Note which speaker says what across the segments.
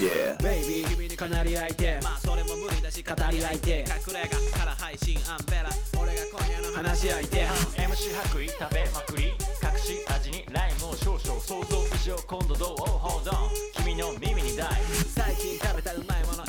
Speaker 1: Yeah
Speaker 2: ベイビー君にかなり相手
Speaker 3: まあそれも無理だし語り合いて隠れ家から配信アンベラ俺が今夜の話し相手
Speaker 4: MC 白衣食べまくり隠し味にライムを少々想像以上今度どう Hold on 君の耳に大
Speaker 3: 最近食べたうまいもの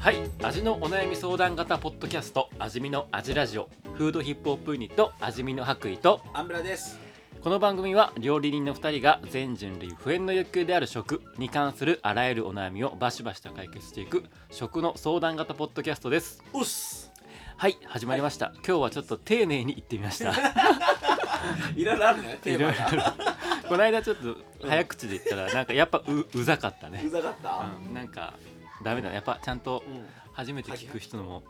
Speaker 5: はい味のお悩み相談型ポッドキャスト味見の味ラジオフードヒップホップユニット味見の白衣と
Speaker 1: アンブラです
Speaker 5: この番組は料理人の2人が全人類不変の欲求である食に関するあらゆるお悩みをバシバシと解決していく食の相談型ポッドキャストです
Speaker 1: うっす
Speaker 5: はい始まりました、今日はちょっと丁寧に言ってみました
Speaker 1: いろいろあるねテ
Speaker 5: い
Speaker 1: ーマ
Speaker 5: ろいろ
Speaker 1: が
Speaker 5: この間ちょっと早口で言ったらなんかやっぱ ううざかったね
Speaker 1: う、ざかった
Speaker 5: うん、なんかダメだねやっぱちゃんと
Speaker 1: うん
Speaker 5: 初めて聞く人も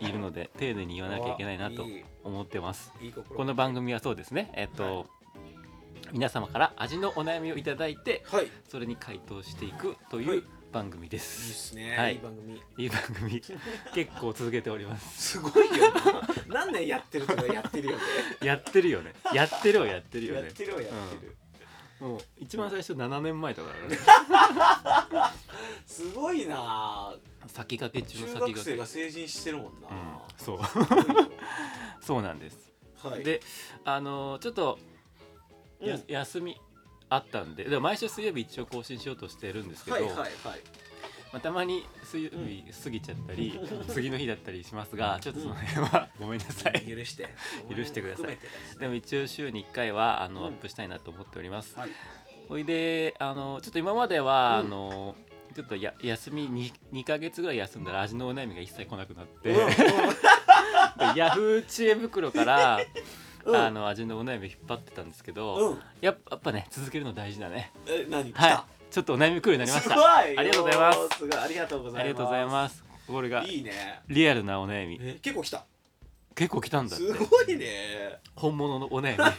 Speaker 1: うん
Speaker 5: いるので丁寧に言わなきゃいけないなと思ってます
Speaker 1: いい心
Speaker 5: この番組はそうですねえっと、皆様から味のお悩みをいただいて
Speaker 1: はいいいっ
Speaker 5: それに回答していくと
Speaker 1: はいいう
Speaker 5: 番組です、
Speaker 1: すね、
Speaker 5: はい
Speaker 1: いい番組
Speaker 5: い、い番組結構続けておりま
Speaker 1: す
Speaker 5: す
Speaker 1: ごいよな何年やってるとかやってるよね
Speaker 5: やってるよねやってるよやってるよ
Speaker 1: やっ
Speaker 5: ね
Speaker 1: てるよやってる、
Speaker 5: もう一番最初7年前だか らね
Speaker 1: すごいなあ
Speaker 5: 先駆け中
Speaker 1: 中
Speaker 5: の先
Speaker 1: 学
Speaker 5: 駆
Speaker 1: 生
Speaker 5: け
Speaker 1: が成人してるもんな、
Speaker 5: うん、そう
Speaker 1: すごいよ
Speaker 5: そうなんです、
Speaker 1: はい、
Speaker 5: であのーちょっとや、
Speaker 1: うん
Speaker 5: 休みあったんででも毎週水曜日一応更新しようとしてるんですけど、
Speaker 1: はいはいはい
Speaker 5: まあ、たまに水曜日過ぎちゃった り、次の日だったりしますがちょっとその辺はごめんなさい
Speaker 1: 許して
Speaker 5: 許してくださ
Speaker 1: お
Speaker 5: い
Speaker 1: 前も含めてですね
Speaker 5: でも一応週に1回はあの、
Speaker 1: うん
Speaker 5: アップしたいなと思っております
Speaker 1: はい
Speaker 5: ほいであのちょっと今までは、
Speaker 1: うん
Speaker 5: あのちょっとや休み 2, 2ヶ月ぐらい休んだら味のお悩みが一切来なくなって、
Speaker 1: うんうん
Speaker 5: ヤフー知恵袋から、
Speaker 1: うん
Speaker 5: あの味のお悩み引っ張ってたんですけど、
Speaker 1: うん
Speaker 5: やっぱやっぱね続けるの大事だね
Speaker 1: え何来た、
Speaker 5: はいちょっとお悩み来るようになりまし
Speaker 1: す
Speaker 5: た
Speaker 1: ごいあ
Speaker 5: ありがとうございます
Speaker 1: すごいありがとうございます
Speaker 5: ありがとうございますこれが
Speaker 1: いいね
Speaker 5: リアルなお悩み
Speaker 1: え結構来た
Speaker 5: 結構来たんだって
Speaker 1: すごいね
Speaker 5: 本物のお悩み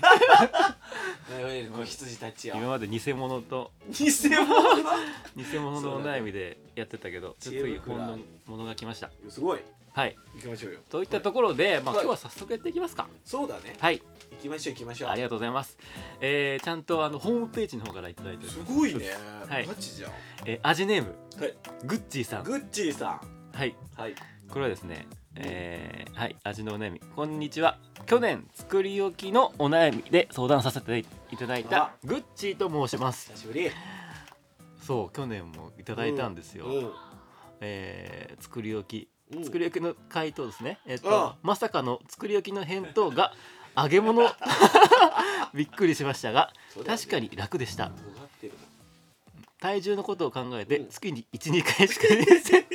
Speaker 1: 子羊たちや
Speaker 5: 今まで偽物と
Speaker 1: 偽 物だ
Speaker 5: 偽物のお悩みでやってたけ どち
Speaker 1: そ
Speaker 5: ょ
Speaker 1: うだね
Speaker 5: っと次本のものが来ました
Speaker 1: すごい
Speaker 5: はい
Speaker 1: 行きましょうよ
Speaker 5: といったところで、まあ、
Speaker 1: は
Speaker 5: 今
Speaker 1: い
Speaker 5: 日は早速やっていきますか
Speaker 1: そうだね
Speaker 5: はい
Speaker 1: 行きましょう行きましょう
Speaker 5: ありがとうございます、えー、ちゃんとあのホームページの方からいただいており
Speaker 1: す
Speaker 5: ます
Speaker 1: ごいね
Speaker 5: はい
Speaker 1: ガチじゃん
Speaker 5: えー、味ネーム
Speaker 1: はい
Speaker 5: グッチーさん
Speaker 1: グッチーさ
Speaker 5: はい
Speaker 1: んはい
Speaker 5: これはですねえー、はい味のお悩みこんにちは去年作り置きのお悩みで相談させていただいたグッチーと申します
Speaker 1: 久しぶりい
Speaker 5: そう去年もいただいたんですよ、えー作り置き作り置きの回答ですね、えっと
Speaker 1: ああ
Speaker 5: まさかの作り置きの返答 が揚げ物 びっくりしましたが確かに楽でした
Speaker 1: 尖ってるも
Speaker 5: 体重のことを考え
Speaker 1: う
Speaker 5: て
Speaker 1: ん
Speaker 5: 月に12回しかできて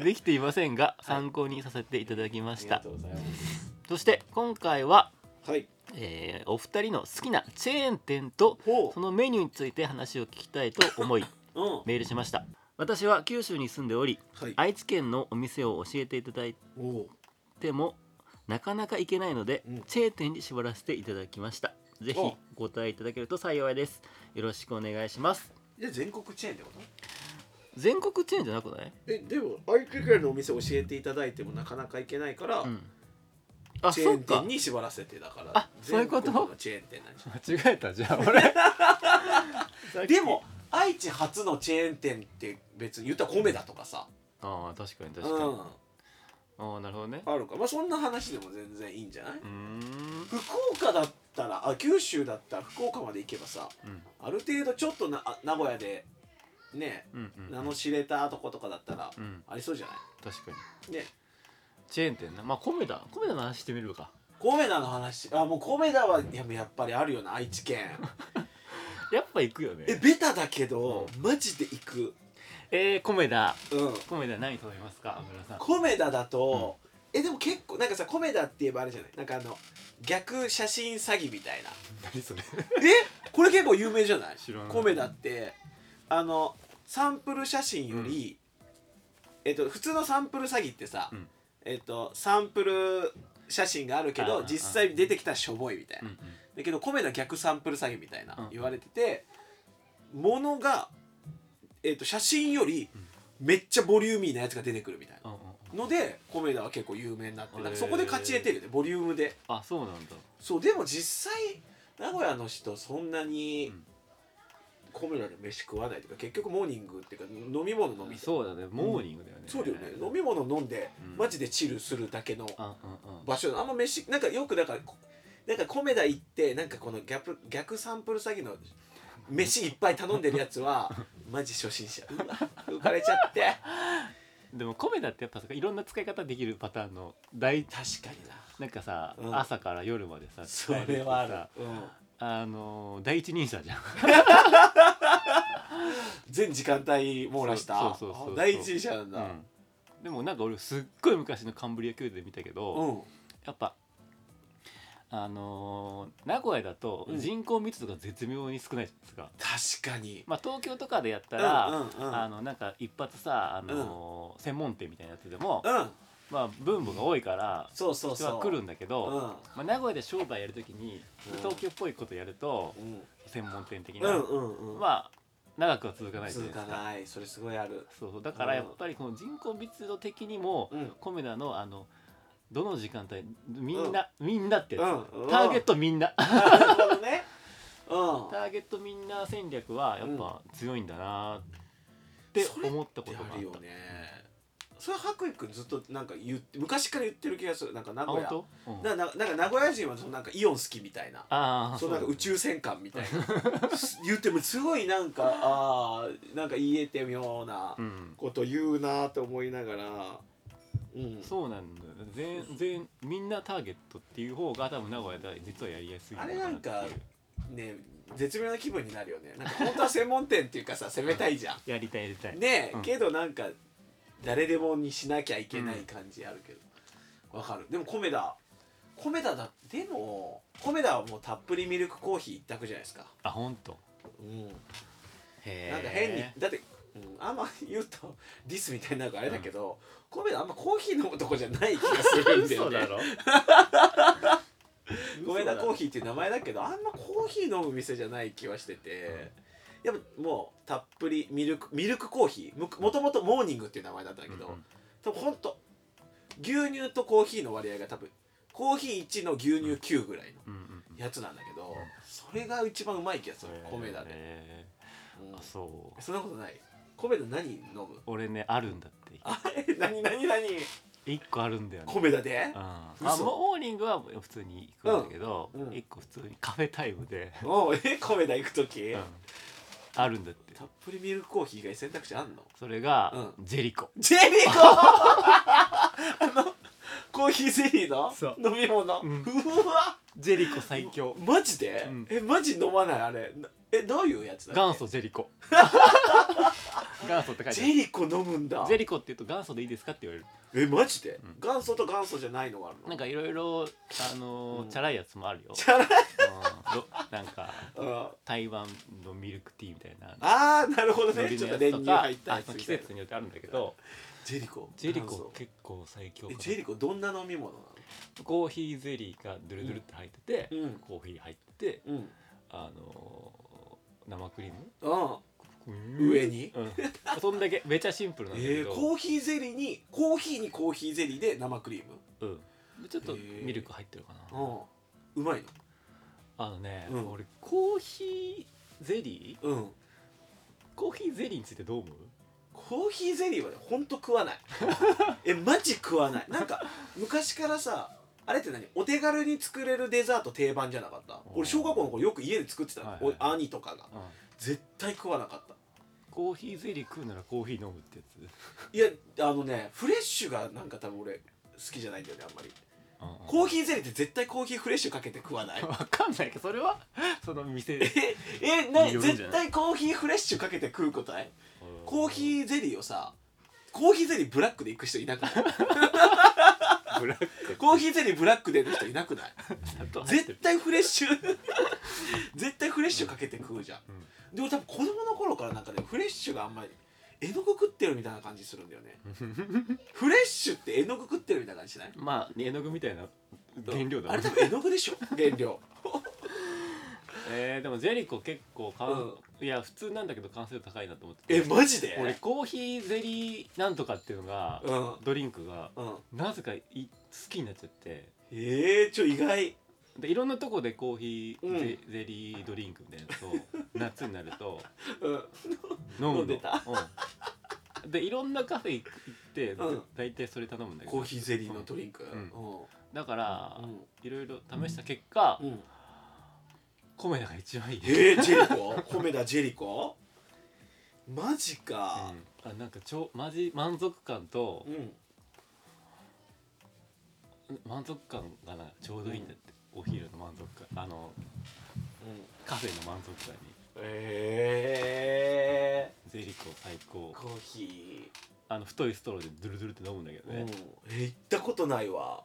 Speaker 5: できていませんが参考にさせていただき
Speaker 1: ん
Speaker 5: ま
Speaker 1: あ
Speaker 5: し
Speaker 1: り
Speaker 5: た、
Speaker 1: がとうございます
Speaker 5: そして今回は、
Speaker 1: はい
Speaker 5: えーお二人の好きなチェーン店と
Speaker 1: ほ
Speaker 5: そのメニューについて話を聞きたいと 思い
Speaker 1: ううん
Speaker 5: メールしました私は九州に住んでおり
Speaker 1: はい
Speaker 5: 愛知県のお店を教えていただいて
Speaker 1: おお
Speaker 5: でもなかなか行けないので、
Speaker 1: うん
Speaker 5: チェーン店に絞らせていただきましたぜひ
Speaker 1: お
Speaker 5: ご対応いただけると幸いですよろしくお願いします
Speaker 1: じゃあ全国チェーンってこと
Speaker 5: 全国チェーンじゃなくない
Speaker 1: えでも相手からのお店教えていただいてもなかなか行けないから、
Speaker 5: うんあ
Speaker 1: チ
Speaker 5: そ
Speaker 1: ェー
Speaker 5: う
Speaker 1: ン
Speaker 5: か
Speaker 1: 店に縛らせてだから
Speaker 5: あそういうこと
Speaker 1: 全国のチェーン店なんでしょ
Speaker 5: 間違えたじゃあ俺
Speaker 1: でも愛知初のチェーン店って別に言ったら米だとかさ
Speaker 5: ああ確かに確かに、
Speaker 1: うん
Speaker 5: ああなるほどね
Speaker 1: あるからまあそんな話でも全然いいんじゃないう
Speaker 5: ーん
Speaker 1: 福岡だったらあ九州だったら福岡まで行けばさ
Speaker 5: うん
Speaker 1: ある程度ちょっとなあ名古屋でね
Speaker 5: うんうん
Speaker 1: 名の知れたとことかだったら
Speaker 5: うん
Speaker 1: ありそうじゃな
Speaker 5: 確かに
Speaker 1: いね
Speaker 5: チェーン店なまあ米だ米の話してみる か
Speaker 1: 米田の話あもう米田はいややっぱりあるよな愛知 県
Speaker 5: やっぱ行くよ
Speaker 1: え
Speaker 5: ね
Speaker 1: ベタだけど、マジで行く
Speaker 5: えー、米だ
Speaker 1: うん
Speaker 5: 米だ何食べますか油さん
Speaker 1: コメダだと、えでも結構なんかさコメダって言えばあれじゃないなんかあの逆写真詐欺みたいな
Speaker 5: 何それ
Speaker 1: えこれ結構有名じゃない
Speaker 5: 知らない
Speaker 1: コメダってあのサンプル写真より、えっと普通のサンプル詐欺ってさ、
Speaker 5: うん
Speaker 1: えっとサンプル写真があるけ
Speaker 5: うんうん
Speaker 1: ど
Speaker 5: うん
Speaker 1: 実際出てきたらしょぼいみたい
Speaker 5: うん
Speaker 1: な、
Speaker 5: うん
Speaker 1: だけど米田逆サンプル詐欺みたい
Speaker 5: うん
Speaker 1: な言われててものが、えー、と写真よりめっちゃボリューミーなやつが出てくるみたいな
Speaker 5: うんうん
Speaker 1: ので米田は結構有名になってなんかそこ
Speaker 5: へ
Speaker 1: で
Speaker 5: ー
Speaker 1: 勝ち得てるよねボリュームで
Speaker 5: あそうなんだ
Speaker 1: そうでも実際名古屋の人そんなに
Speaker 5: うん
Speaker 1: 米田で飯食わないというか結局モーニングっていうか飲み物飲み
Speaker 5: そうだねモーニングだよね、
Speaker 1: そうだよね飲み物飲んで
Speaker 5: うん
Speaker 1: マジでチルするだけの
Speaker 5: あうんうん
Speaker 1: 場所あんま飯なんかよくだからこなんか米田行ってなんかこのギャプ逆サンプル詐欺の飯いっぱい頼んでるやつ はマジ初心者うわ浮かれちゃって
Speaker 5: でも米だってやっぱさいろんな使い方できるパターンの大
Speaker 1: 確かにな
Speaker 5: なんかさ、
Speaker 1: うん
Speaker 5: 朝から夜までさ
Speaker 1: それはあ
Speaker 5: 使え
Speaker 1: る、うん、
Speaker 5: てさあのー第一人者じゃん
Speaker 1: 全時間帯網羅した
Speaker 5: そうそうそうそう
Speaker 1: あ第一人者なんだ
Speaker 5: うん、でもなんか俺すっごい昔のカンブリア宮殿見たけど、
Speaker 1: うん、
Speaker 5: やっぱあのー名古屋だと
Speaker 1: うん
Speaker 5: 人口密度が絶妙に少ないじゃないですか、
Speaker 1: 確かに
Speaker 5: まあ、東京とかでやったら、
Speaker 1: うんうんうん
Speaker 5: あのなんか一発さ、あのー専門店みたいなやつでも、
Speaker 1: うん
Speaker 5: まあ、分母が多いから
Speaker 1: そうそう
Speaker 5: 人
Speaker 1: そ
Speaker 5: は
Speaker 1: う
Speaker 5: 来るんだけど
Speaker 1: うんうん
Speaker 5: まあ、名古屋で商売やるときに
Speaker 1: うん
Speaker 5: 東京っぽいことやると専門店的
Speaker 1: う
Speaker 5: な、
Speaker 1: んうんうん
Speaker 5: まあ長くは続かないじゃ
Speaker 1: 続
Speaker 5: ないです
Speaker 1: か
Speaker 5: か
Speaker 1: ないそれすごいある
Speaker 5: そうそうだからやっぱりこの人口密度的にも、
Speaker 1: うん
Speaker 5: コメダのあのどの時間帯みんな、みんなってやつ、
Speaker 1: うんうん
Speaker 5: ターゲットみんなタ
Speaker 1: なるほどねうん
Speaker 5: ーゲットみんな戦略はやっぱ強いんだなって思ったことがあった
Speaker 1: あるよねそれは白衣くんずっとなんか言って昔から言ってる気がするなんか名
Speaker 5: あ
Speaker 1: 古
Speaker 5: 本
Speaker 1: 屋
Speaker 5: 当、うん
Speaker 1: なななんか名古屋人はそのなんかイオン好きみたいな
Speaker 5: ああ
Speaker 1: そのなんか宇宙戦艦 みたいなす言ってもすごいなんかあーなんか言えて妙な
Speaker 5: うん
Speaker 1: こと言うなと思いながらうん
Speaker 5: そうなんだよ全全みんなターゲットっていう方が多分名古屋では実はやりやすい
Speaker 1: あれなん
Speaker 5: だ
Speaker 1: か
Speaker 5: なってい
Speaker 1: ね
Speaker 5: う
Speaker 1: 絶妙な気分になるよねなんか本当は専門店っていうかさ攻めたいじゃん
Speaker 5: やりたいやりたい
Speaker 1: ねえ、
Speaker 5: うん
Speaker 1: けどなんか誰でもにしなきゃいけない感じあるけどわ、かるでも米田米田だでも米田はもうたっぷりミルクコーヒー一択じゃないですか
Speaker 5: あ本当
Speaker 1: うん
Speaker 5: へえ
Speaker 1: なんか変にだって、うん、あんま言うとディスみたいになるからあれだけど、米田あんまコーヒー飲むとこじゃない気がす るんだよ
Speaker 5: 嘘だ
Speaker 1: ね
Speaker 5: ろ
Speaker 1: 米田コー
Speaker 5: ヒ
Speaker 1: ヒーっていう名前だけどあんまコーヒー飲む店じゃない気はしてて、やっぱもうたっぷりミルクミルクコーヒーむもともとモーニングっていう名前だったんだけど、多分ほんと牛乳とコーヒーの割合が多分コーヒー1の牛乳9ぐらいの
Speaker 5: うんうんうん
Speaker 1: やつなんだけど、それが一番うまい気がする米田で、
Speaker 5: へ
Speaker 1: うん
Speaker 5: ーあそう
Speaker 1: そんなことない米田何飲む
Speaker 5: 俺ねあるんだって
Speaker 1: あえ何何何
Speaker 5: 一個あるんだよね
Speaker 1: 米田で
Speaker 5: うん、あ
Speaker 1: 嘘
Speaker 5: モーニングは普通に行くんだけど、
Speaker 1: うんうん
Speaker 5: 一個普通にカフェタイムで、
Speaker 1: おうえ米田行く時、
Speaker 5: うんあるんだって
Speaker 1: たっぷりミルクコーヒー以外選択肢あんの
Speaker 5: それが、
Speaker 1: う
Speaker 5: ジェリコ
Speaker 1: ジェリコあのコーヒーゼリーの
Speaker 5: そう
Speaker 1: 飲み物、うんわ
Speaker 5: ジェリコ最強
Speaker 1: マジで、
Speaker 5: うん
Speaker 1: えマジ飲まないあれなえどういうやつだっけ
Speaker 5: 元祖ジェ リコ元祖って書いて
Speaker 1: ジ
Speaker 5: あ
Speaker 1: ェ
Speaker 5: る
Speaker 1: リコ飲むんだ
Speaker 5: ジェリコって言うと元祖でいいですかって言われ
Speaker 1: え
Speaker 5: る
Speaker 1: マジで、
Speaker 5: うん
Speaker 1: 元祖と元祖じゃないのがあるの
Speaker 5: なんかいろいろあのー
Speaker 1: うん
Speaker 5: チャラいやつもあるよ、
Speaker 1: チャラい、
Speaker 5: うんろなんか
Speaker 1: うん、
Speaker 5: 台湾のミルクティーみたいな
Speaker 1: あーなるほど
Speaker 5: 海
Speaker 1: ね
Speaker 5: 苔
Speaker 1: ちょっと
Speaker 5: のや
Speaker 1: 練
Speaker 5: つと
Speaker 1: 乳
Speaker 5: か
Speaker 1: 入った
Speaker 5: あ
Speaker 1: やつ
Speaker 5: その
Speaker 1: み
Speaker 5: 季
Speaker 1: たいな
Speaker 5: 節によってあるんだけど
Speaker 1: ジェリコ
Speaker 5: ジェリコ
Speaker 1: 元祖
Speaker 5: 結構最強か
Speaker 1: え
Speaker 5: も
Speaker 1: ジェリコどんな飲み物なの
Speaker 5: コーヒーゼリーがドゥルドゥルって入ってて、
Speaker 1: うん
Speaker 5: コーヒー入ってて
Speaker 1: うん
Speaker 5: あのー生クリーム
Speaker 1: 上に
Speaker 5: うん、そんだけめちゃシンプルなんだ
Speaker 1: え
Speaker 5: け
Speaker 1: ー、
Speaker 5: ど、
Speaker 1: コーヒーゼリーにコーヒーにコーヒーゼリーで生クリーム
Speaker 5: うん、ちょっとミルク入ってるかな、
Speaker 1: うんうまい
Speaker 5: あのね、
Speaker 1: うん
Speaker 5: 俺コーヒーゼリー
Speaker 1: のうん
Speaker 5: コーヒーゼリーについてどう思う
Speaker 1: コーヒーゼリーはねほんと食わ ないえマジ食わないなんか昔からさあれって何お手軽に作れるデザート定番じゃなかった俺小学校の頃よく家で作ってたの、
Speaker 5: はいはい
Speaker 1: お兄とかが
Speaker 5: うん
Speaker 1: 絶対食わなかった
Speaker 5: コーヒーゼリー食うならコーヒー飲むってやつ、
Speaker 1: いやあのねフレッシュがなんか多分俺好きじゃないんだよねあんまりコーヒーゼリーって絶対コーヒーフレッシュかけて食わない
Speaker 5: わかんないけどそれはその 店で
Speaker 1: えな
Speaker 5: によるん
Speaker 1: 絶
Speaker 5: じゃない
Speaker 1: 対コーヒーフレッシュかけて食うことないコーヒーゼリーをさコーヒーゼリーブラックで行く人いなくない
Speaker 5: ブラック
Speaker 1: コーヒーゼリーブラックでの人いなくない
Speaker 5: 砂糖入って
Speaker 1: 絶
Speaker 5: る
Speaker 1: 対フレッシュ 絶対フレッシュかけて食うじゃん、
Speaker 5: うん
Speaker 1: でも多分子供の頃からなんかねフレッシュがあんまり絵の具食ってるみたいな 感じするんだよねフレッシュって絵の具食ってるみたいな感じしない
Speaker 5: まあ絵の具みたいな原料だ
Speaker 1: あれ多分絵の具で しょ原料
Speaker 5: えー、でもジェリコ結構かん、
Speaker 1: う
Speaker 5: いや普通なんだけど完成度高いなと思ってて
Speaker 1: えマジ
Speaker 5: 俺
Speaker 1: で
Speaker 5: コーヒーゼリーなんとかっていうのが、
Speaker 1: うん
Speaker 5: ドリンクが
Speaker 1: うん
Speaker 5: なぜかい好きになっちゃって
Speaker 1: えー、ちょ意外
Speaker 5: でいろんなとこでコーヒーゼ,、
Speaker 1: う
Speaker 5: ゼリードリンクみたいなのと 夏になると
Speaker 1: うん
Speaker 5: 飲むの
Speaker 1: 飲んでた
Speaker 5: うん、でいろんなカフェ行って、
Speaker 1: うん
Speaker 5: 大体それ頼むんだけど
Speaker 1: コーヒーゼリーのドリンク
Speaker 5: うん
Speaker 1: うん
Speaker 5: だから、
Speaker 1: うん
Speaker 5: いろいろ試した結果、
Speaker 1: うん
Speaker 5: コメダが一番いい、
Speaker 1: えー、ジェリコ コメダジェリコマジ
Speaker 5: う
Speaker 1: か
Speaker 5: んあなんか超マジ満足感と
Speaker 1: う、ん
Speaker 5: 満足感がなちょうどいいんだって、お昼の満足感あのカフェの満足感に
Speaker 1: え
Speaker 5: ゼリコ最高
Speaker 1: ー、コーヒ
Speaker 5: あの太いストローでドゥルドゥルって飲むんだけど
Speaker 1: ー、うん、
Speaker 5: ね
Speaker 1: えー行ったことないわ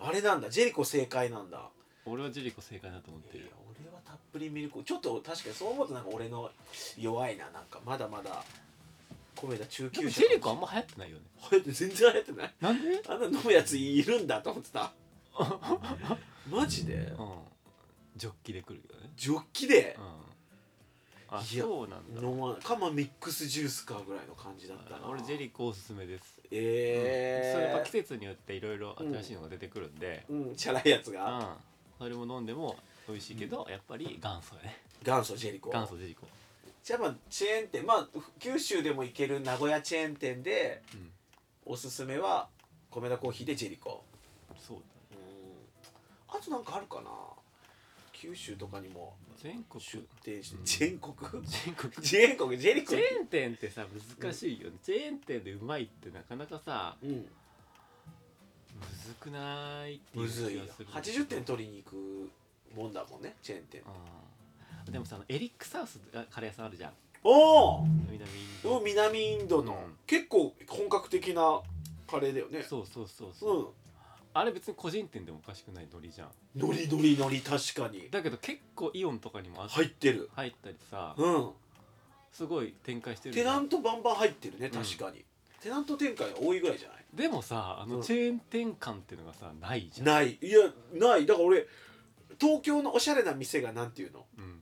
Speaker 1: あれなんだジェリコ正解なんだ
Speaker 5: 俺はジェリコ正解だと思って
Speaker 1: いや
Speaker 5: る
Speaker 1: 俺はたっぷりミルクちょっと確かにそう思うとなんか俺の弱いななんかまだまだ米田中
Speaker 5: でも
Speaker 1: 級
Speaker 5: ジ
Speaker 1: 者
Speaker 5: ェリコあんま流行ってないよね
Speaker 1: 流行って全然流行ってない
Speaker 5: なんで
Speaker 1: あんな飲むやついるんだと思って たマジで
Speaker 5: うんジョッキで来るよね
Speaker 1: ジョッキで
Speaker 5: うんあ
Speaker 1: いや
Speaker 5: そうなんだ
Speaker 1: 飲まないかまあミックスジュースかぐらいの感じだったな
Speaker 5: 俺ジェリコおすすめですそれやっぱ
Speaker 1: え
Speaker 5: 季節によっていろいろ新しいのが出てくるんで、
Speaker 1: えー、うんチャラいやつ
Speaker 5: うん
Speaker 1: が
Speaker 5: それも飲んでも美味しいけど、やっぱり元祖やね
Speaker 1: 元祖ジェリコ
Speaker 5: 元祖ジェリコ
Speaker 1: じゃあまあチェーン店まあ九州でも行ける名古屋チェーン店で
Speaker 5: うん
Speaker 1: おすすめは米田コーヒーでジェリコ
Speaker 5: そう
Speaker 1: う
Speaker 5: だ
Speaker 1: んあとなんかあるかな九州とかにも
Speaker 5: 全国
Speaker 1: 出
Speaker 5: 全
Speaker 1: 店して全国
Speaker 5: 国チ
Speaker 1: 全国ジェリコ
Speaker 5: ェーン店ってさ難しいよね、チェーン店でうまいってなかなかさ
Speaker 1: うん
Speaker 5: むずくないっていう
Speaker 1: む
Speaker 5: 気
Speaker 1: ずいよ
Speaker 5: がする
Speaker 1: 80点取りに行くもんだもんねチェーン店
Speaker 5: うんでもさエリックサウスがカレー屋さんあるじゃん
Speaker 1: お
Speaker 5: 南イン
Speaker 1: お
Speaker 5: ド
Speaker 1: 南インドの、
Speaker 5: うん
Speaker 1: 結構本格的なカレーだよね
Speaker 5: そうそうそう
Speaker 1: う
Speaker 5: そう、あれ別に個人店でもおかしくないノリじゃん
Speaker 1: んのりのりのり確かに
Speaker 5: だけど結構イオンとかにもあっ
Speaker 1: 入ってる
Speaker 5: 入ったりさ
Speaker 1: うん
Speaker 5: すごい展開してるじ
Speaker 1: テナ
Speaker 5: ゃん
Speaker 1: ントバンバン入ってるね
Speaker 5: うん
Speaker 1: 確かに、テナント展開が多いぐらいじゃない
Speaker 5: でもさあ
Speaker 1: う
Speaker 5: の
Speaker 1: ん
Speaker 5: チェーン店感っていうのがさないじゃん、
Speaker 1: ないいやないだから俺東京のおしゃれな店がなんていうの
Speaker 5: うん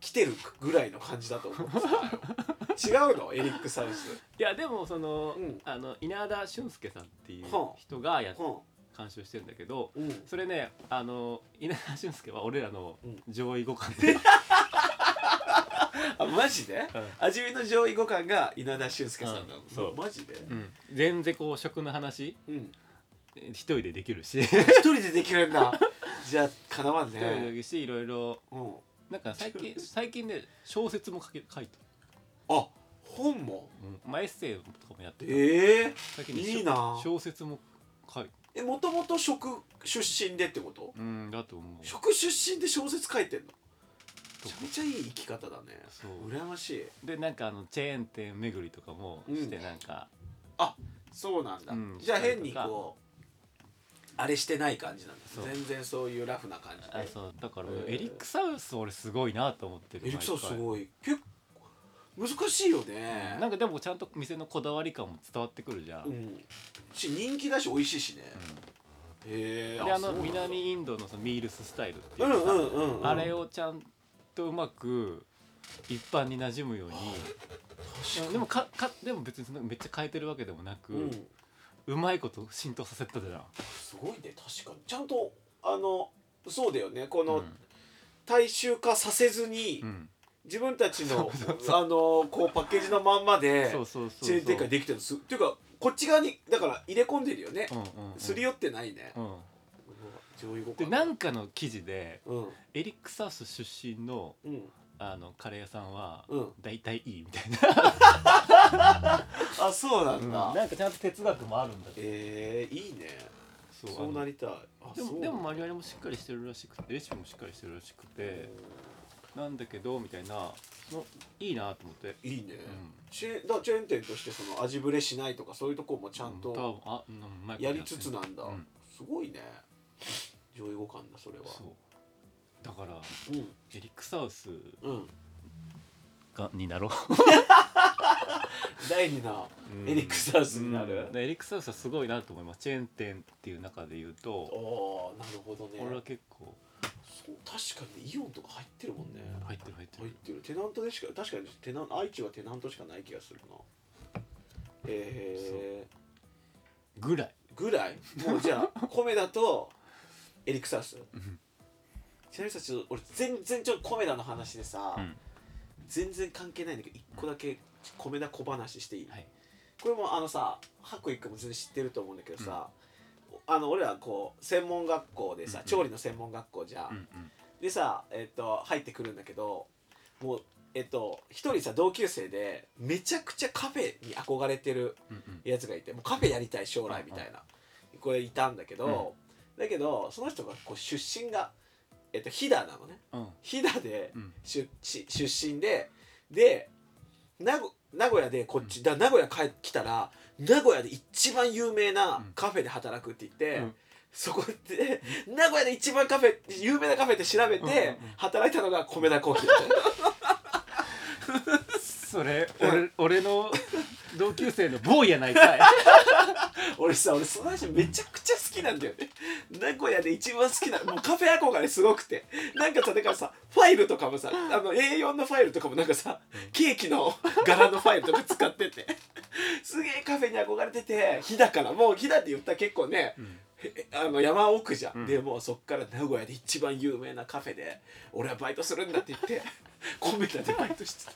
Speaker 1: 来てるぐらいの感じだと思ってた よ違うのエリック・サウス
Speaker 5: いやでもその,、
Speaker 1: うん
Speaker 5: あの稲田俊介さんっていう
Speaker 1: はあ
Speaker 5: 人がやっ
Speaker 1: う
Speaker 5: 監修してるんだけど
Speaker 1: ん、うん、
Speaker 5: それねあの稲田俊介は俺らの
Speaker 1: うん
Speaker 5: 上位互換 で、
Speaker 1: あマジで
Speaker 5: うん
Speaker 1: 味見の上位互換が稲田俊介さんなの、
Speaker 5: うんそう
Speaker 1: マジで、
Speaker 5: うん、全然こう食の話
Speaker 1: うん、
Speaker 5: え一人でできるし一
Speaker 1: 一人でできるんだじゃあかなわん
Speaker 5: 人ででき
Speaker 1: ね、
Speaker 5: るしいろいろ
Speaker 1: うん、
Speaker 5: なんか最近最近ね小説も書け書いて
Speaker 1: あ本も
Speaker 5: る、うんまあ、エッセイとかもやってる
Speaker 1: ええ
Speaker 5: 最近ね
Speaker 1: いいな
Speaker 5: 小説も書いて
Speaker 1: えもともと食出身でってこと
Speaker 5: うんだと思う
Speaker 1: 食出身で小説書いてんのめちゃめちゃいい生き方だね
Speaker 5: そう
Speaker 1: 羨ましい
Speaker 5: でなんかあのチェーン店巡りとかもして
Speaker 1: うん
Speaker 5: なんか、
Speaker 1: そうなんだ、
Speaker 5: うん
Speaker 1: じゃあ変にこうあれしてない感じなんです
Speaker 5: そう
Speaker 1: 全然そういうラフな感じ
Speaker 5: あ
Speaker 1: で
Speaker 5: そうだから
Speaker 1: えー
Speaker 5: エリック・サウス俺すごいなと思ってる
Speaker 1: エリクサウスす
Speaker 5: い
Speaker 1: ごい結構難しいよね
Speaker 5: なんかでもちゃんと店のこだわり感も伝わってくるじゃん、
Speaker 1: う
Speaker 5: うん
Speaker 1: んし人気だし美味しいしね、へえ
Speaker 5: で
Speaker 1: そ
Speaker 5: あの
Speaker 1: うなんだ
Speaker 5: 南インドのそのミールススタイルっていうう
Speaker 1: う
Speaker 5: んかさ、
Speaker 1: んうん、うん、
Speaker 5: あれをちゃんとうまく一般に馴染むようにでもかかでも別にそんなめっちゃ変えてるわけでもなく、
Speaker 1: う
Speaker 5: うんまいこと浸透させたじゃん、
Speaker 1: すごいね確かにちゃんとあのそうだよねこ
Speaker 5: う
Speaker 1: の
Speaker 5: ん
Speaker 1: 大衆化させずに、
Speaker 5: うん、
Speaker 1: 自分たちのあのこうパッケージのまんまで
Speaker 5: そうそう
Speaker 1: チ
Speaker 5: そうそう
Speaker 1: ェーン展開できてるんですっていうかこっち側にだから入れ込んでるよね
Speaker 5: うんうんうん
Speaker 1: すり寄ってないね
Speaker 5: うん
Speaker 1: 上位互
Speaker 5: で
Speaker 1: 換
Speaker 5: なんかの記事で
Speaker 1: うん
Speaker 5: エリック・サウス出身の
Speaker 1: うん
Speaker 5: あのカレー屋さんは
Speaker 1: うん
Speaker 5: 大体いいみたい
Speaker 1: あそうなん
Speaker 5: な、
Speaker 1: だ
Speaker 5: なんかちゃんと哲学もあるんだけど
Speaker 1: えーいいね
Speaker 5: そ
Speaker 1: そうなりたいあ
Speaker 5: で
Speaker 1: そう
Speaker 5: もでもマニュアルもしっかりしてるらしくてレシピもしっかりしてるらしくてなんだけどみたいなそのいいなと思って
Speaker 1: いいね
Speaker 5: ん
Speaker 1: チェーンだからチェーン店としてその味ぶれしないとかそういうとこもちゃん
Speaker 5: うん
Speaker 1: と
Speaker 5: 多分あうんうまいこと
Speaker 1: や
Speaker 5: って
Speaker 1: り
Speaker 5: る
Speaker 1: つつなんだ
Speaker 5: うん
Speaker 1: すごいね上位互換だそれは
Speaker 5: そうだから
Speaker 1: うん
Speaker 5: エリック・サウス
Speaker 1: うん
Speaker 5: がになろう
Speaker 1: 第二の
Speaker 5: うん
Speaker 1: エリックサウスにな
Speaker 5: う
Speaker 1: る
Speaker 5: ん、でエリックサウスはすごいなと思いますチェーン店っていう中で言う
Speaker 1: お
Speaker 5: と
Speaker 1: おなるほどね
Speaker 5: 俺は結構
Speaker 1: そう確かにイオンとか入ってるもんね
Speaker 5: 入ってる入って
Speaker 1: 入っ
Speaker 5: る
Speaker 1: てるテナントでしか確かにテナン愛知はテナントしかない気がするなえ
Speaker 5: ぐらい
Speaker 1: ー、ぐらいもうじゃあ米だとエリクサウスちなみにさちょっと俺全然ちょっと米田の話でさ、
Speaker 5: うん
Speaker 1: 全然関係ないんだけど一個だけ米田小話していい、
Speaker 5: はい
Speaker 1: これもあのさ白衣くんも全然知ってると思うんだけどさ、あの俺らこう専門学校でさ、
Speaker 5: うんうん
Speaker 1: 調理の専門学校じゃん、
Speaker 5: うんうん
Speaker 1: でさ、えっと入ってくるんだけどもうえっと一人さ同級生でめちゃくちゃカフェに憧れてる
Speaker 5: うんうん
Speaker 1: やつがいてもうカフェやりたい将来みたいなこれいたんだけど、だけどその人がこう出身が、えっと飛騨なのね
Speaker 5: うん
Speaker 1: 飛騨で
Speaker 5: うん
Speaker 1: 出し出身でで名古名古屋でこっちだ名古屋帰ってきたら名古屋で一番有名なカフェで働くって言って、
Speaker 5: うん
Speaker 1: そこで名古屋で一番カフェ有名なカフェって調べ
Speaker 5: うんうんうん
Speaker 1: て働いたのが米田コーヒーだった
Speaker 5: それ俺俺の同級生のボーイやないかい
Speaker 1: 俺さ俺その話めちゃくちゃ好きなんだよね名古屋で一番好きなもうカフェ憧れすごくてなんかさだからさファイルとかもさあの A4 のファイルとかもなんかさケーキの柄のファイルとか使っててすげえカフェに憧れてて日だからもう日だって言ったら結構ね、えあの山奥じゃん、でもうそっから名古屋で一番有名なカフェで俺はバイトするんだって言って米田でバイトしてた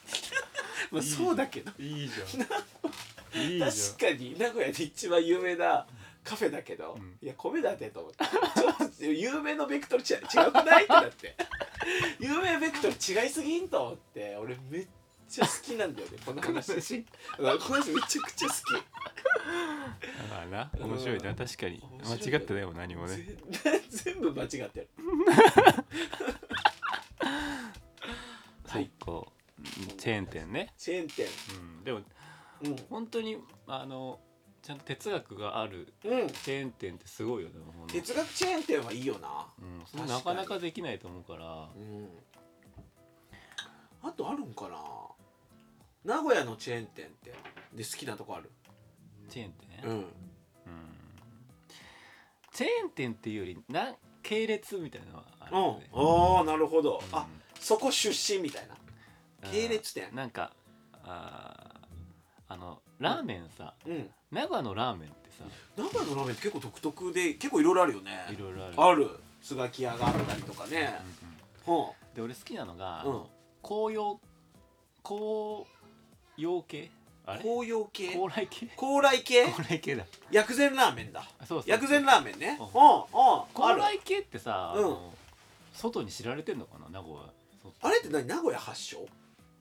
Speaker 1: まあそうだけど
Speaker 5: いいじゃんいいじ ゃん
Speaker 1: 確かに名古屋で一番有名なカフェだけど、
Speaker 5: ん
Speaker 1: いや米だねと思ってちょっと有名のベクトルちゃ違くないってなって 有名ベクトル違いすぎんと思って俺めっちゃ好きなんだ よねこの話この話めちゃくちゃ好き
Speaker 5: まあな面白いな確かに
Speaker 1: 面白い
Speaker 5: 間違ってないもん何もね
Speaker 1: ぜ全部間違ってるは
Speaker 5: そっ
Speaker 1: い
Speaker 5: かうんチェーン店ね
Speaker 1: チェーン店
Speaker 5: うんでも
Speaker 1: う
Speaker 5: 本当にあのちゃんと哲学がある
Speaker 1: ん、うん、
Speaker 5: チェーン店ってすごいよねほんと
Speaker 1: 哲学チェーン店はいいよな
Speaker 5: うん
Speaker 1: 確
Speaker 5: そ
Speaker 1: か
Speaker 5: れ
Speaker 1: に
Speaker 5: なかなかできないと思うから
Speaker 1: うんあとあるんかな名古屋のチェーン店ってで好きなとこある
Speaker 5: チェーン店
Speaker 1: うん
Speaker 5: うんチェーン店っていうよりな系列みたいなのはある
Speaker 1: うん
Speaker 5: よね
Speaker 1: ああなるほど
Speaker 5: うん
Speaker 1: あそこ出身みたいな
Speaker 5: うん
Speaker 1: 系列店
Speaker 5: なんかあーあのラーメンさ
Speaker 1: うん
Speaker 5: 名古屋のラーメンってさ
Speaker 1: 名古屋のラーメンって結構独特で結構いろいろあるよね
Speaker 5: いろいろある
Speaker 1: あるスガキ屋があったりとかね
Speaker 5: うんうん
Speaker 1: ほ
Speaker 5: で俺好きなのが、
Speaker 1: うん
Speaker 5: 紅葉紅葉系あ
Speaker 1: う
Speaker 5: れ
Speaker 1: 紅葉系
Speaker 5: 高麗系
Speaker 1: 高麗系
Speaker 5: 高麗系だ
Speaker 1: 薬膳ラーメンだ
Speaker 5: あそうそう
Speaker 1: 薬膳ラーメンねうんんう
Speaker 5: う
Speaker 1: んあ
Speaker 5: 高
Speaker 1: る
Speaker 5: 麗系ってさ、
Speaker 1: うん
Speaker 5: あの外に知られてんのかな名古屋そ
Speaker 1: あれって何名古屋発祥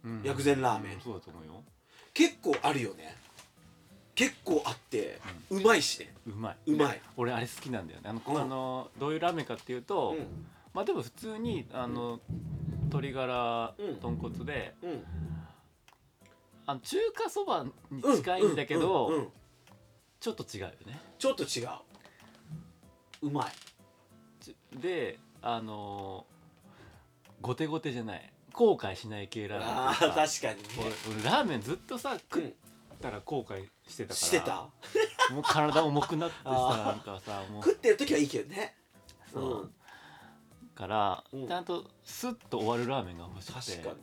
Speaker 5: うん
Speaker 1: 薬膳ラーメン
Speaker 5: うんそうだと思うよ
Speaker 1: 結構あるよね結構あってうまいしね
Speaker 5: うまいう
Speaker 1: まい
Speaker 5: 俺あれ好きなんだよねあの,、
Speaker 1: うん
Speaker 5: あのどういうラーメンかっていうと、
Speaker 1: うん
Speaker 5: まあでも普通にあの鶏ガラ
Speaker 1: うん
Speaker 5: 豚骨で、
Speaker 1: うん
Speaker 5: あの中華そばに
Speaker 1: うん
Speaker 5: 近いんだけど、
Speaker 1: うんうんうん
Speaker 5: ちょっと違うよね
Speaker 1: ちょっと違ううまい
Speaker 5: ちであのーゴテゴテじゃない後悔しない系ラーメン
Speaker 1: あ
Speaker 5: って
Speaker 1: ー
Speaker 5: さ
Speaker 1: 確かにね
Speaker 5: 俺俺ラーメンずっと
Speaker 1: う
Speaker 5: さ食っ
Speaker 1: ん
Speaker 5: たら後悔してたから
Speaker 1: してた
Speaker 5: もう体重くなってさな
Speaker 1: あ
Speaker 5: んかさも
Speaker 1: 食
Speaker 5: う
Speaker 1: ってる時はいいけどね
Speaker 5: そううんから、
Speaker 1: うん
Speaker 5: ちゃんとスッと終わるラーメンが欲しく
Speaker 1: 確
Speaker 5: て
Speaker 1: かに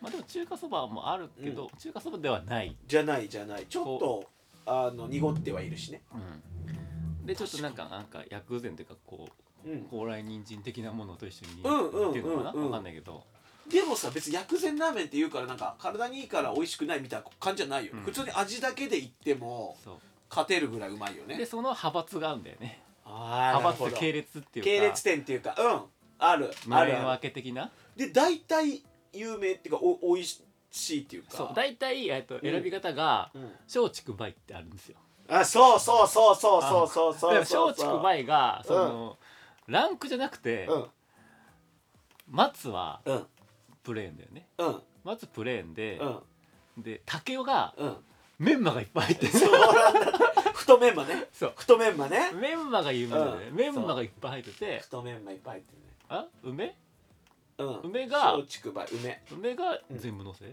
Speaker 5: まあでも中華そばもあるけど、中華そばではない、
Speaker 1: じゃないじゃないちょっとあの濁ってはいるしね
Speaker 5: うん、でちょっとなんかなんか薬膳というかこう
Speaker 1: うん
Speaker 5: 高麗人参的なものと一緒に
Speaker 1: うんうんうんうん
Speaker 5: っていうのかな分かんないけど
Speaker 1: でもさ別に薬膳ラーメンって言うからなんか体にいいから美味しくないみたいな感じじゃないよ、
Speaker 5: うん
Speaker 1: 普通に味だけで言っても
Speaker 5: そ
Speaker 1: 勝てるぐらいうまいよ
Speaker 5: うで
Speaker 1: ね
Speaker 5: その派閥があるんだよね
Speaker 1: あ
Speaker 5: 派閥と系列っていうか
Speaker 1: 系列店っていうかうんあるあ
Speaker 5: 前
Speaker 1: るあ
Speaker 5: 分け的な
Speaker 1: るで大体有名っていうかおおいしいっていうか
Speaker 5: そう大体、えっと、選び方が
Speaker 1: うん
Speaker 5: 松竹梅ってあるんですよ
Speaker 1: あそうそうそうそうそうそう
Speaker 5: だか
Speaker 1: そ
Speaker 5: ら
Speaker 1: うそう
Speaker 5: 松竹梅が
Speaker 1: ん
Speaker 5: その、ランクじゃなくて、
Speaker 1: うん
Speaker 5: 松は
Speaker 1: うん
Speaker 5: プレーンだよね
Speaker 1: うん
Speaker 5: 松プレーンで
Speaker 1: う、ん
Speaker 5: で竹雄が
Speaker 1: うん
Speaker 5: メンマがいっぱい入ってる
Speaker 1: そうなんだ太メンマね
Speaker 5: そう
Speaker 1: 太メンマね
Speaker 5: メンマが有名だよね、
Speaker 1: うん
Speaker 5: メンマがいっぱい入ってて
Speaker 1: 太メンマいっぱい入ってるね
Speaker 5: あ梅
Speaker 1: うん
Speaker 5: 梅が
Speaker 1: 松竹梅梅
Speaker 5: 梅が全部のせ、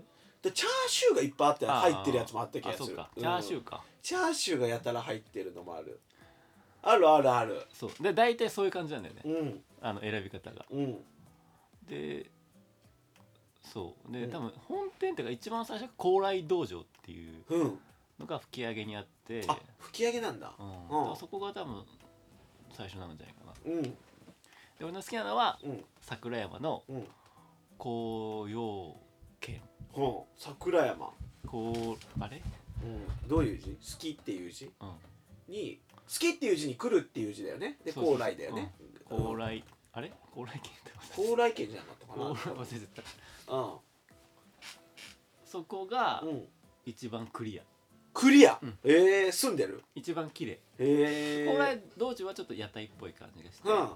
Speaker 1: でチャーシューがいっぱいあって
Speaker 5: あ
Speaker 1: 入ってるやつもあった気が
Speaker 5: あそ
Speaker 1: す
Speaker 5: う
Speaker 1: る
Speaker 5: か
Speaker 1: うん
Speaker 5: チャーシューか、
Speaker 1: チャーシューがやたら入ってるのもあるあるあるある
Speaker 5: そうで大体そういう感じなんだよね
Speaker 1: うん
Speaker 5: あの選び方が
Speaker 1: うん
Speaker 5: でそうで、
Speaker 1: うん
Speaker 5: 多分本店っていうか一番最初が高麗道場っていう
Speaker 1: うん
Speaker 5: のが吹き上げにあって
Speaker 1: あ吹き上げなんだ
Speaker 5: うんだ
Speaker 1: うん
Speaker 5: からそこが多分最初なんじゃないかな
Speaker 1: うん
Speaker 5: で俺の好きなのは
Speaker 1: うん
Speaker 5: 桜山の
Speaker 1: うん
Speaker 5: 紅葉軒
Speaker 1: ほう桜山
Speaker 5: こうあれ
Speaker 1: うんどういう字好きっていう字
Speaker 5: うん
Speaker 1: に好きっていう字に来るっていう字だよねで
Speaker 5: そうそうそう
Speaker 1: 高麗だよね
Speaker 5: 高麗あれ高麗軒って
Speaker 1: うん高麗圏じゃなかったかな
Speaker 5: 高麗忘れてたそこ
Speaker 1: う
Speaker 5: が
Speaker 1: ん、うん、
Speaker 5: 一番クリア
Speaker 1: クリア、
Speaker 5: うん
Speaker 1: えー、住んでる
Speaker 5: 一番綺麗
Speaker 1: へえ
Speaker 5: 高麗道中はちょっと屋台っぽい感じがして、
Speaker 1: うん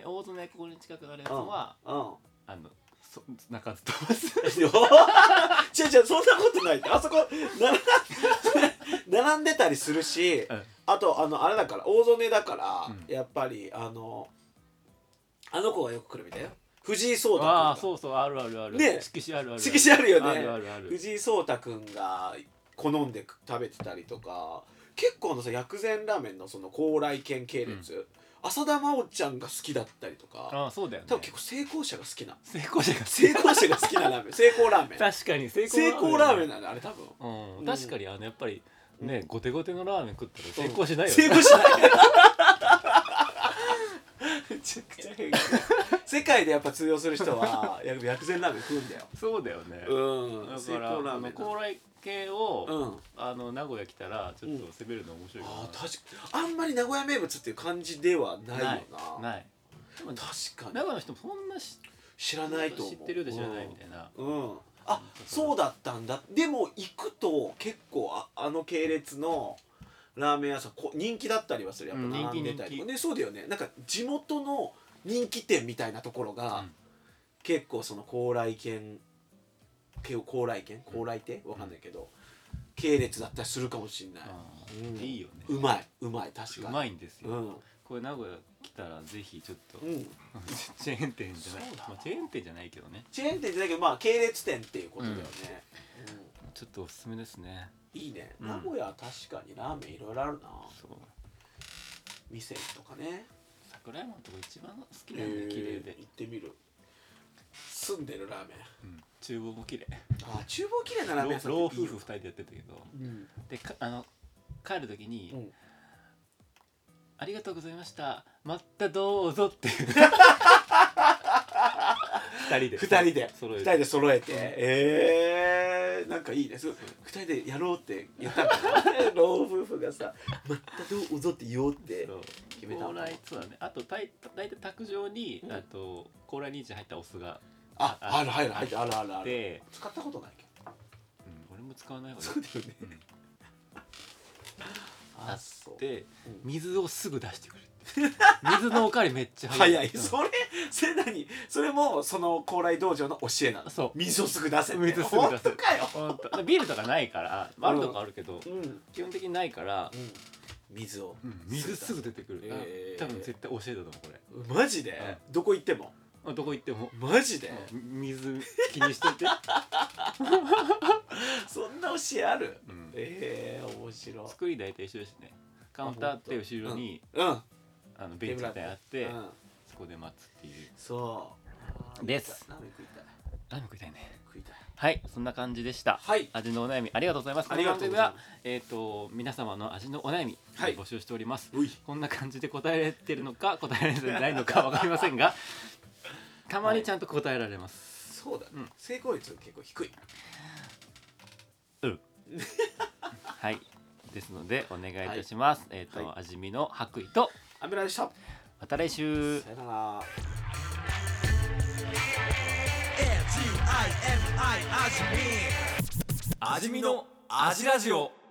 Speaker 5: で大曽根ここに近くなるやつは、
Speaker 1: うん
Speaker 5: あのそ中津飛ばす
Speaker 1: よ違う違うそんなことないってあそこ並ん 並んでたりするし、
Speaker 5: うん
Speaker 1: あとあのあれだから大曽根だから、
Speaker 5: うん
Speaker 1: やっぱりあのあの子がよく来るみたいよ藤井聡太君
Speaker 5: あ
Speaker 1: が
Speaker 5: あそうそうあるあるある、
Speaker 1: ね
Speaker 5: 色紙あるあ る
Speaker 1: 色紙あるよね
Speaker 5: あるあるある
Speaker 1: 藤井聡太君が好んで食べてたりとか結構あのさ薬膳ラーメンのその高麗犬系列、浅田真央ちゃんが好きだったりとか
Speaker 5: ああそうだよね
Speaker 1: 多分結構成功者が好きな
Speaker 5: 成功者が
Speaker 1: 成功者が好きなラーメン成功ラーメン
Speaker 5: 確かに 成功
Speaker 1: 成功ラーメン
Speaker 5: ン
Speaker 1: なんだあれ多分
Speaker 5: う、
Speaker 1: うんん
Speaker 5: 確かにあのやっぱりね、
Speaker 1: う
Speaker 5: ゴテゴテのラーメン食ったら成功しないよね、
Speaker 1: 成功し ないめちゃくちゃ変世界でやっぱ通用する人はや薬膳ラーメン食うんだよ
Speaker 5: そうだよね、
Speaker 1: うん成
Speaker 5: だから
Speaker 1: 功ラーメン
Speaker 5: あの高麗系を、
Speaker 1: うん
Speaker 5: あの名古屋来たらちょっと攻めるの面白いかな、
Speaker 1: あー確かあんまり名古屋名物っていう感じではないよな
Speaker 5: ないないでも
Speaker 1: 確かに
Speaker 5: 名古屋の人もそんなし
Speaker 1: 知らないと思う
Speaker 5: 知ってるようで知らないみたいな、
Speaker 1: うん、うんあそうだったんだでも行くと結構ああの系列のラーメン屋さんこ人気だったりはするやっぱ
Speaker 5: うん
Speaker 1: 並んでたり
Speaker 5: 人気人
Speaker 1: ねそうだよねなんか地元の人気店みたいなところが、
Speaker 5: うん
Speaker 1: 結構その高麗犬け高麗犬高麗亭わかんないけど、系列だったりするかもしれない、
Speaker 5: うん
Speaker 1: うん
Speaker 5: いいよね
Speaker 1: うまいうまい確
Speaker 5: う
Speaker 1: かに
Speaker 5: まいんですよ、
Speaker 1: うん、
Speaker 5: これ名古屋来たらぜひちょっと、
Speaker 1: うん、
Speaker 5: チェーン店じゃない
Speaker 1: そうだ
Speaker 5: まあ、チェーン店じゃないけどね
Speaker 1: チェーン店じゃないけどまあ系列店っていうことだよね、うん
Speaker 5: ちょっとおすすめですね
Speaker 1: いいね、
Speaker 5: うん
Speaker 1: 名古屋は確かにラーメンいろいろあるな
Speaker 5: そう
Speaker 1: 店とかね
Speaker 5: 桜山のとこ一番好き
Speaker 1: 綺
Speaker 5: なんだよ綺麗で、
Speaker 1: 行ってみる住んでるラーメン
Speaker 5: うん、厨房も綺麗
Speaker 1: あ厨房綺麗なラーメン
Speaker 5: 老
Speaker 1: 屋さん
Speaker 5: 老夫
Speaker 1: っていいよ
Speaker 5: 婦二人でやってたけど
Speaker 1: うん
Speaker 5: でかあの帰る時に、
Speaker 1: うん
Speaker 5: ありがとうございましたまたどうぞ」っていう二人で
Speaker 1: 二人で
Speaker 5: 揃
Speaker 1: 二
Speaker 5: え
Speaker 1: 人
Speaker 5: て
Speaker 1: で揃えてえー、なんかいいねすごい二人でやろうって言ったんだね 老夫婦がさ「またどうぞ」って言おうって
Speaker 5: そう
Speaker 1: 決めた
Speaker 5: 高
Speaker 1: んだ
Speaker 5: 麗ツアーねあと大大体卓上に、
Speaker 1: うん
Speaker 5: あと高麗人参入ったお酢が
Speaker 1: あある入る入るあるある
Speaker 5: あ
Speaker 1: あ
Speaker 5: っ
Speaker 1: る
Speaker 5: て、
Speaker 1: 使ったことないけど
Speaker 5: うん、俺も使わないわ
Speaker 1: そうだよね
Speaker 5: うん
Speaker 1: あそう
Speaker 5: で
Speaker 1: うん
Speaker 5: 水をすぐ出してくる水のおかわりめっちゃ早い
Speaker 1: 早い、
Speaker 5: うん
Speaker 1: それそれ何それもその高麗道場の教えなの
Speaker 5: そう
Speaker 1: 水をすぐ出せって
Speaker 5: 水をすぐ出せ
Speaker 1: 本当かよ、
Speaker 5: ほんとでビールとかないからああるとかあるけど、
Speaker 1: うんうん、
Speaker 5: 基本的にないから、
Speaker 1: 水を、
Speaker 5: うん水すぐ出てくる、
Speaker 1: えー
Speaker 5: 多分絶対教えたと思うこれ
Speaker 1: マジで、どこ行っても
Speaker 5: あどこ行っても
Speaker 1: マジで、
Speaker 5: うん水気にしとい て、
Speaker 1: そんな教えある、
Speaker 5: うん
Speaker 1: ええ面白い
Speaker 5: 作り大体一緒ですねカウンターあって後ろに
Speaker 1: うん、うん
Speaker 5: あのベンチみたいなのあって、
Speaker 1: うん、
Speaker 5: そこで待つっていう
Speaker 1: そう
Speaker 5: です
Speaker 1: ラーメン食いたい
Speaker 5: ラーメン食いたいね
Speaker 1: 食いたい
Speaker 5: はいそんな感じでした、
Speaker 1: はい
Speaker 5: 味のお悩みありがとうございます
Speaker 1: ありがとうございます
Speaker 5: この番組はえっ、と皆様の味のお悩み、
Speaker 1: はい
Speaker 5: 募集しております
Speaker 1: うい
Speaker 5: こんな感じで答えられてるのか答えられてないのかわかりません がたまにちゃんと答えられます、
Speaker 1: そうだね、
Speaker 5: うん
Speaker 1: 成功率結構低い
Speaker 5: はいですのでお願いいたします、えっ、と、
Speaker 1: は
Speaker 5: 味見の白衣と
Speaker 1: アメラでした
Speaker 5: また来週
Speaker 1: さよなら
Speaker 3: AGIMI 味見味見の味ラジオ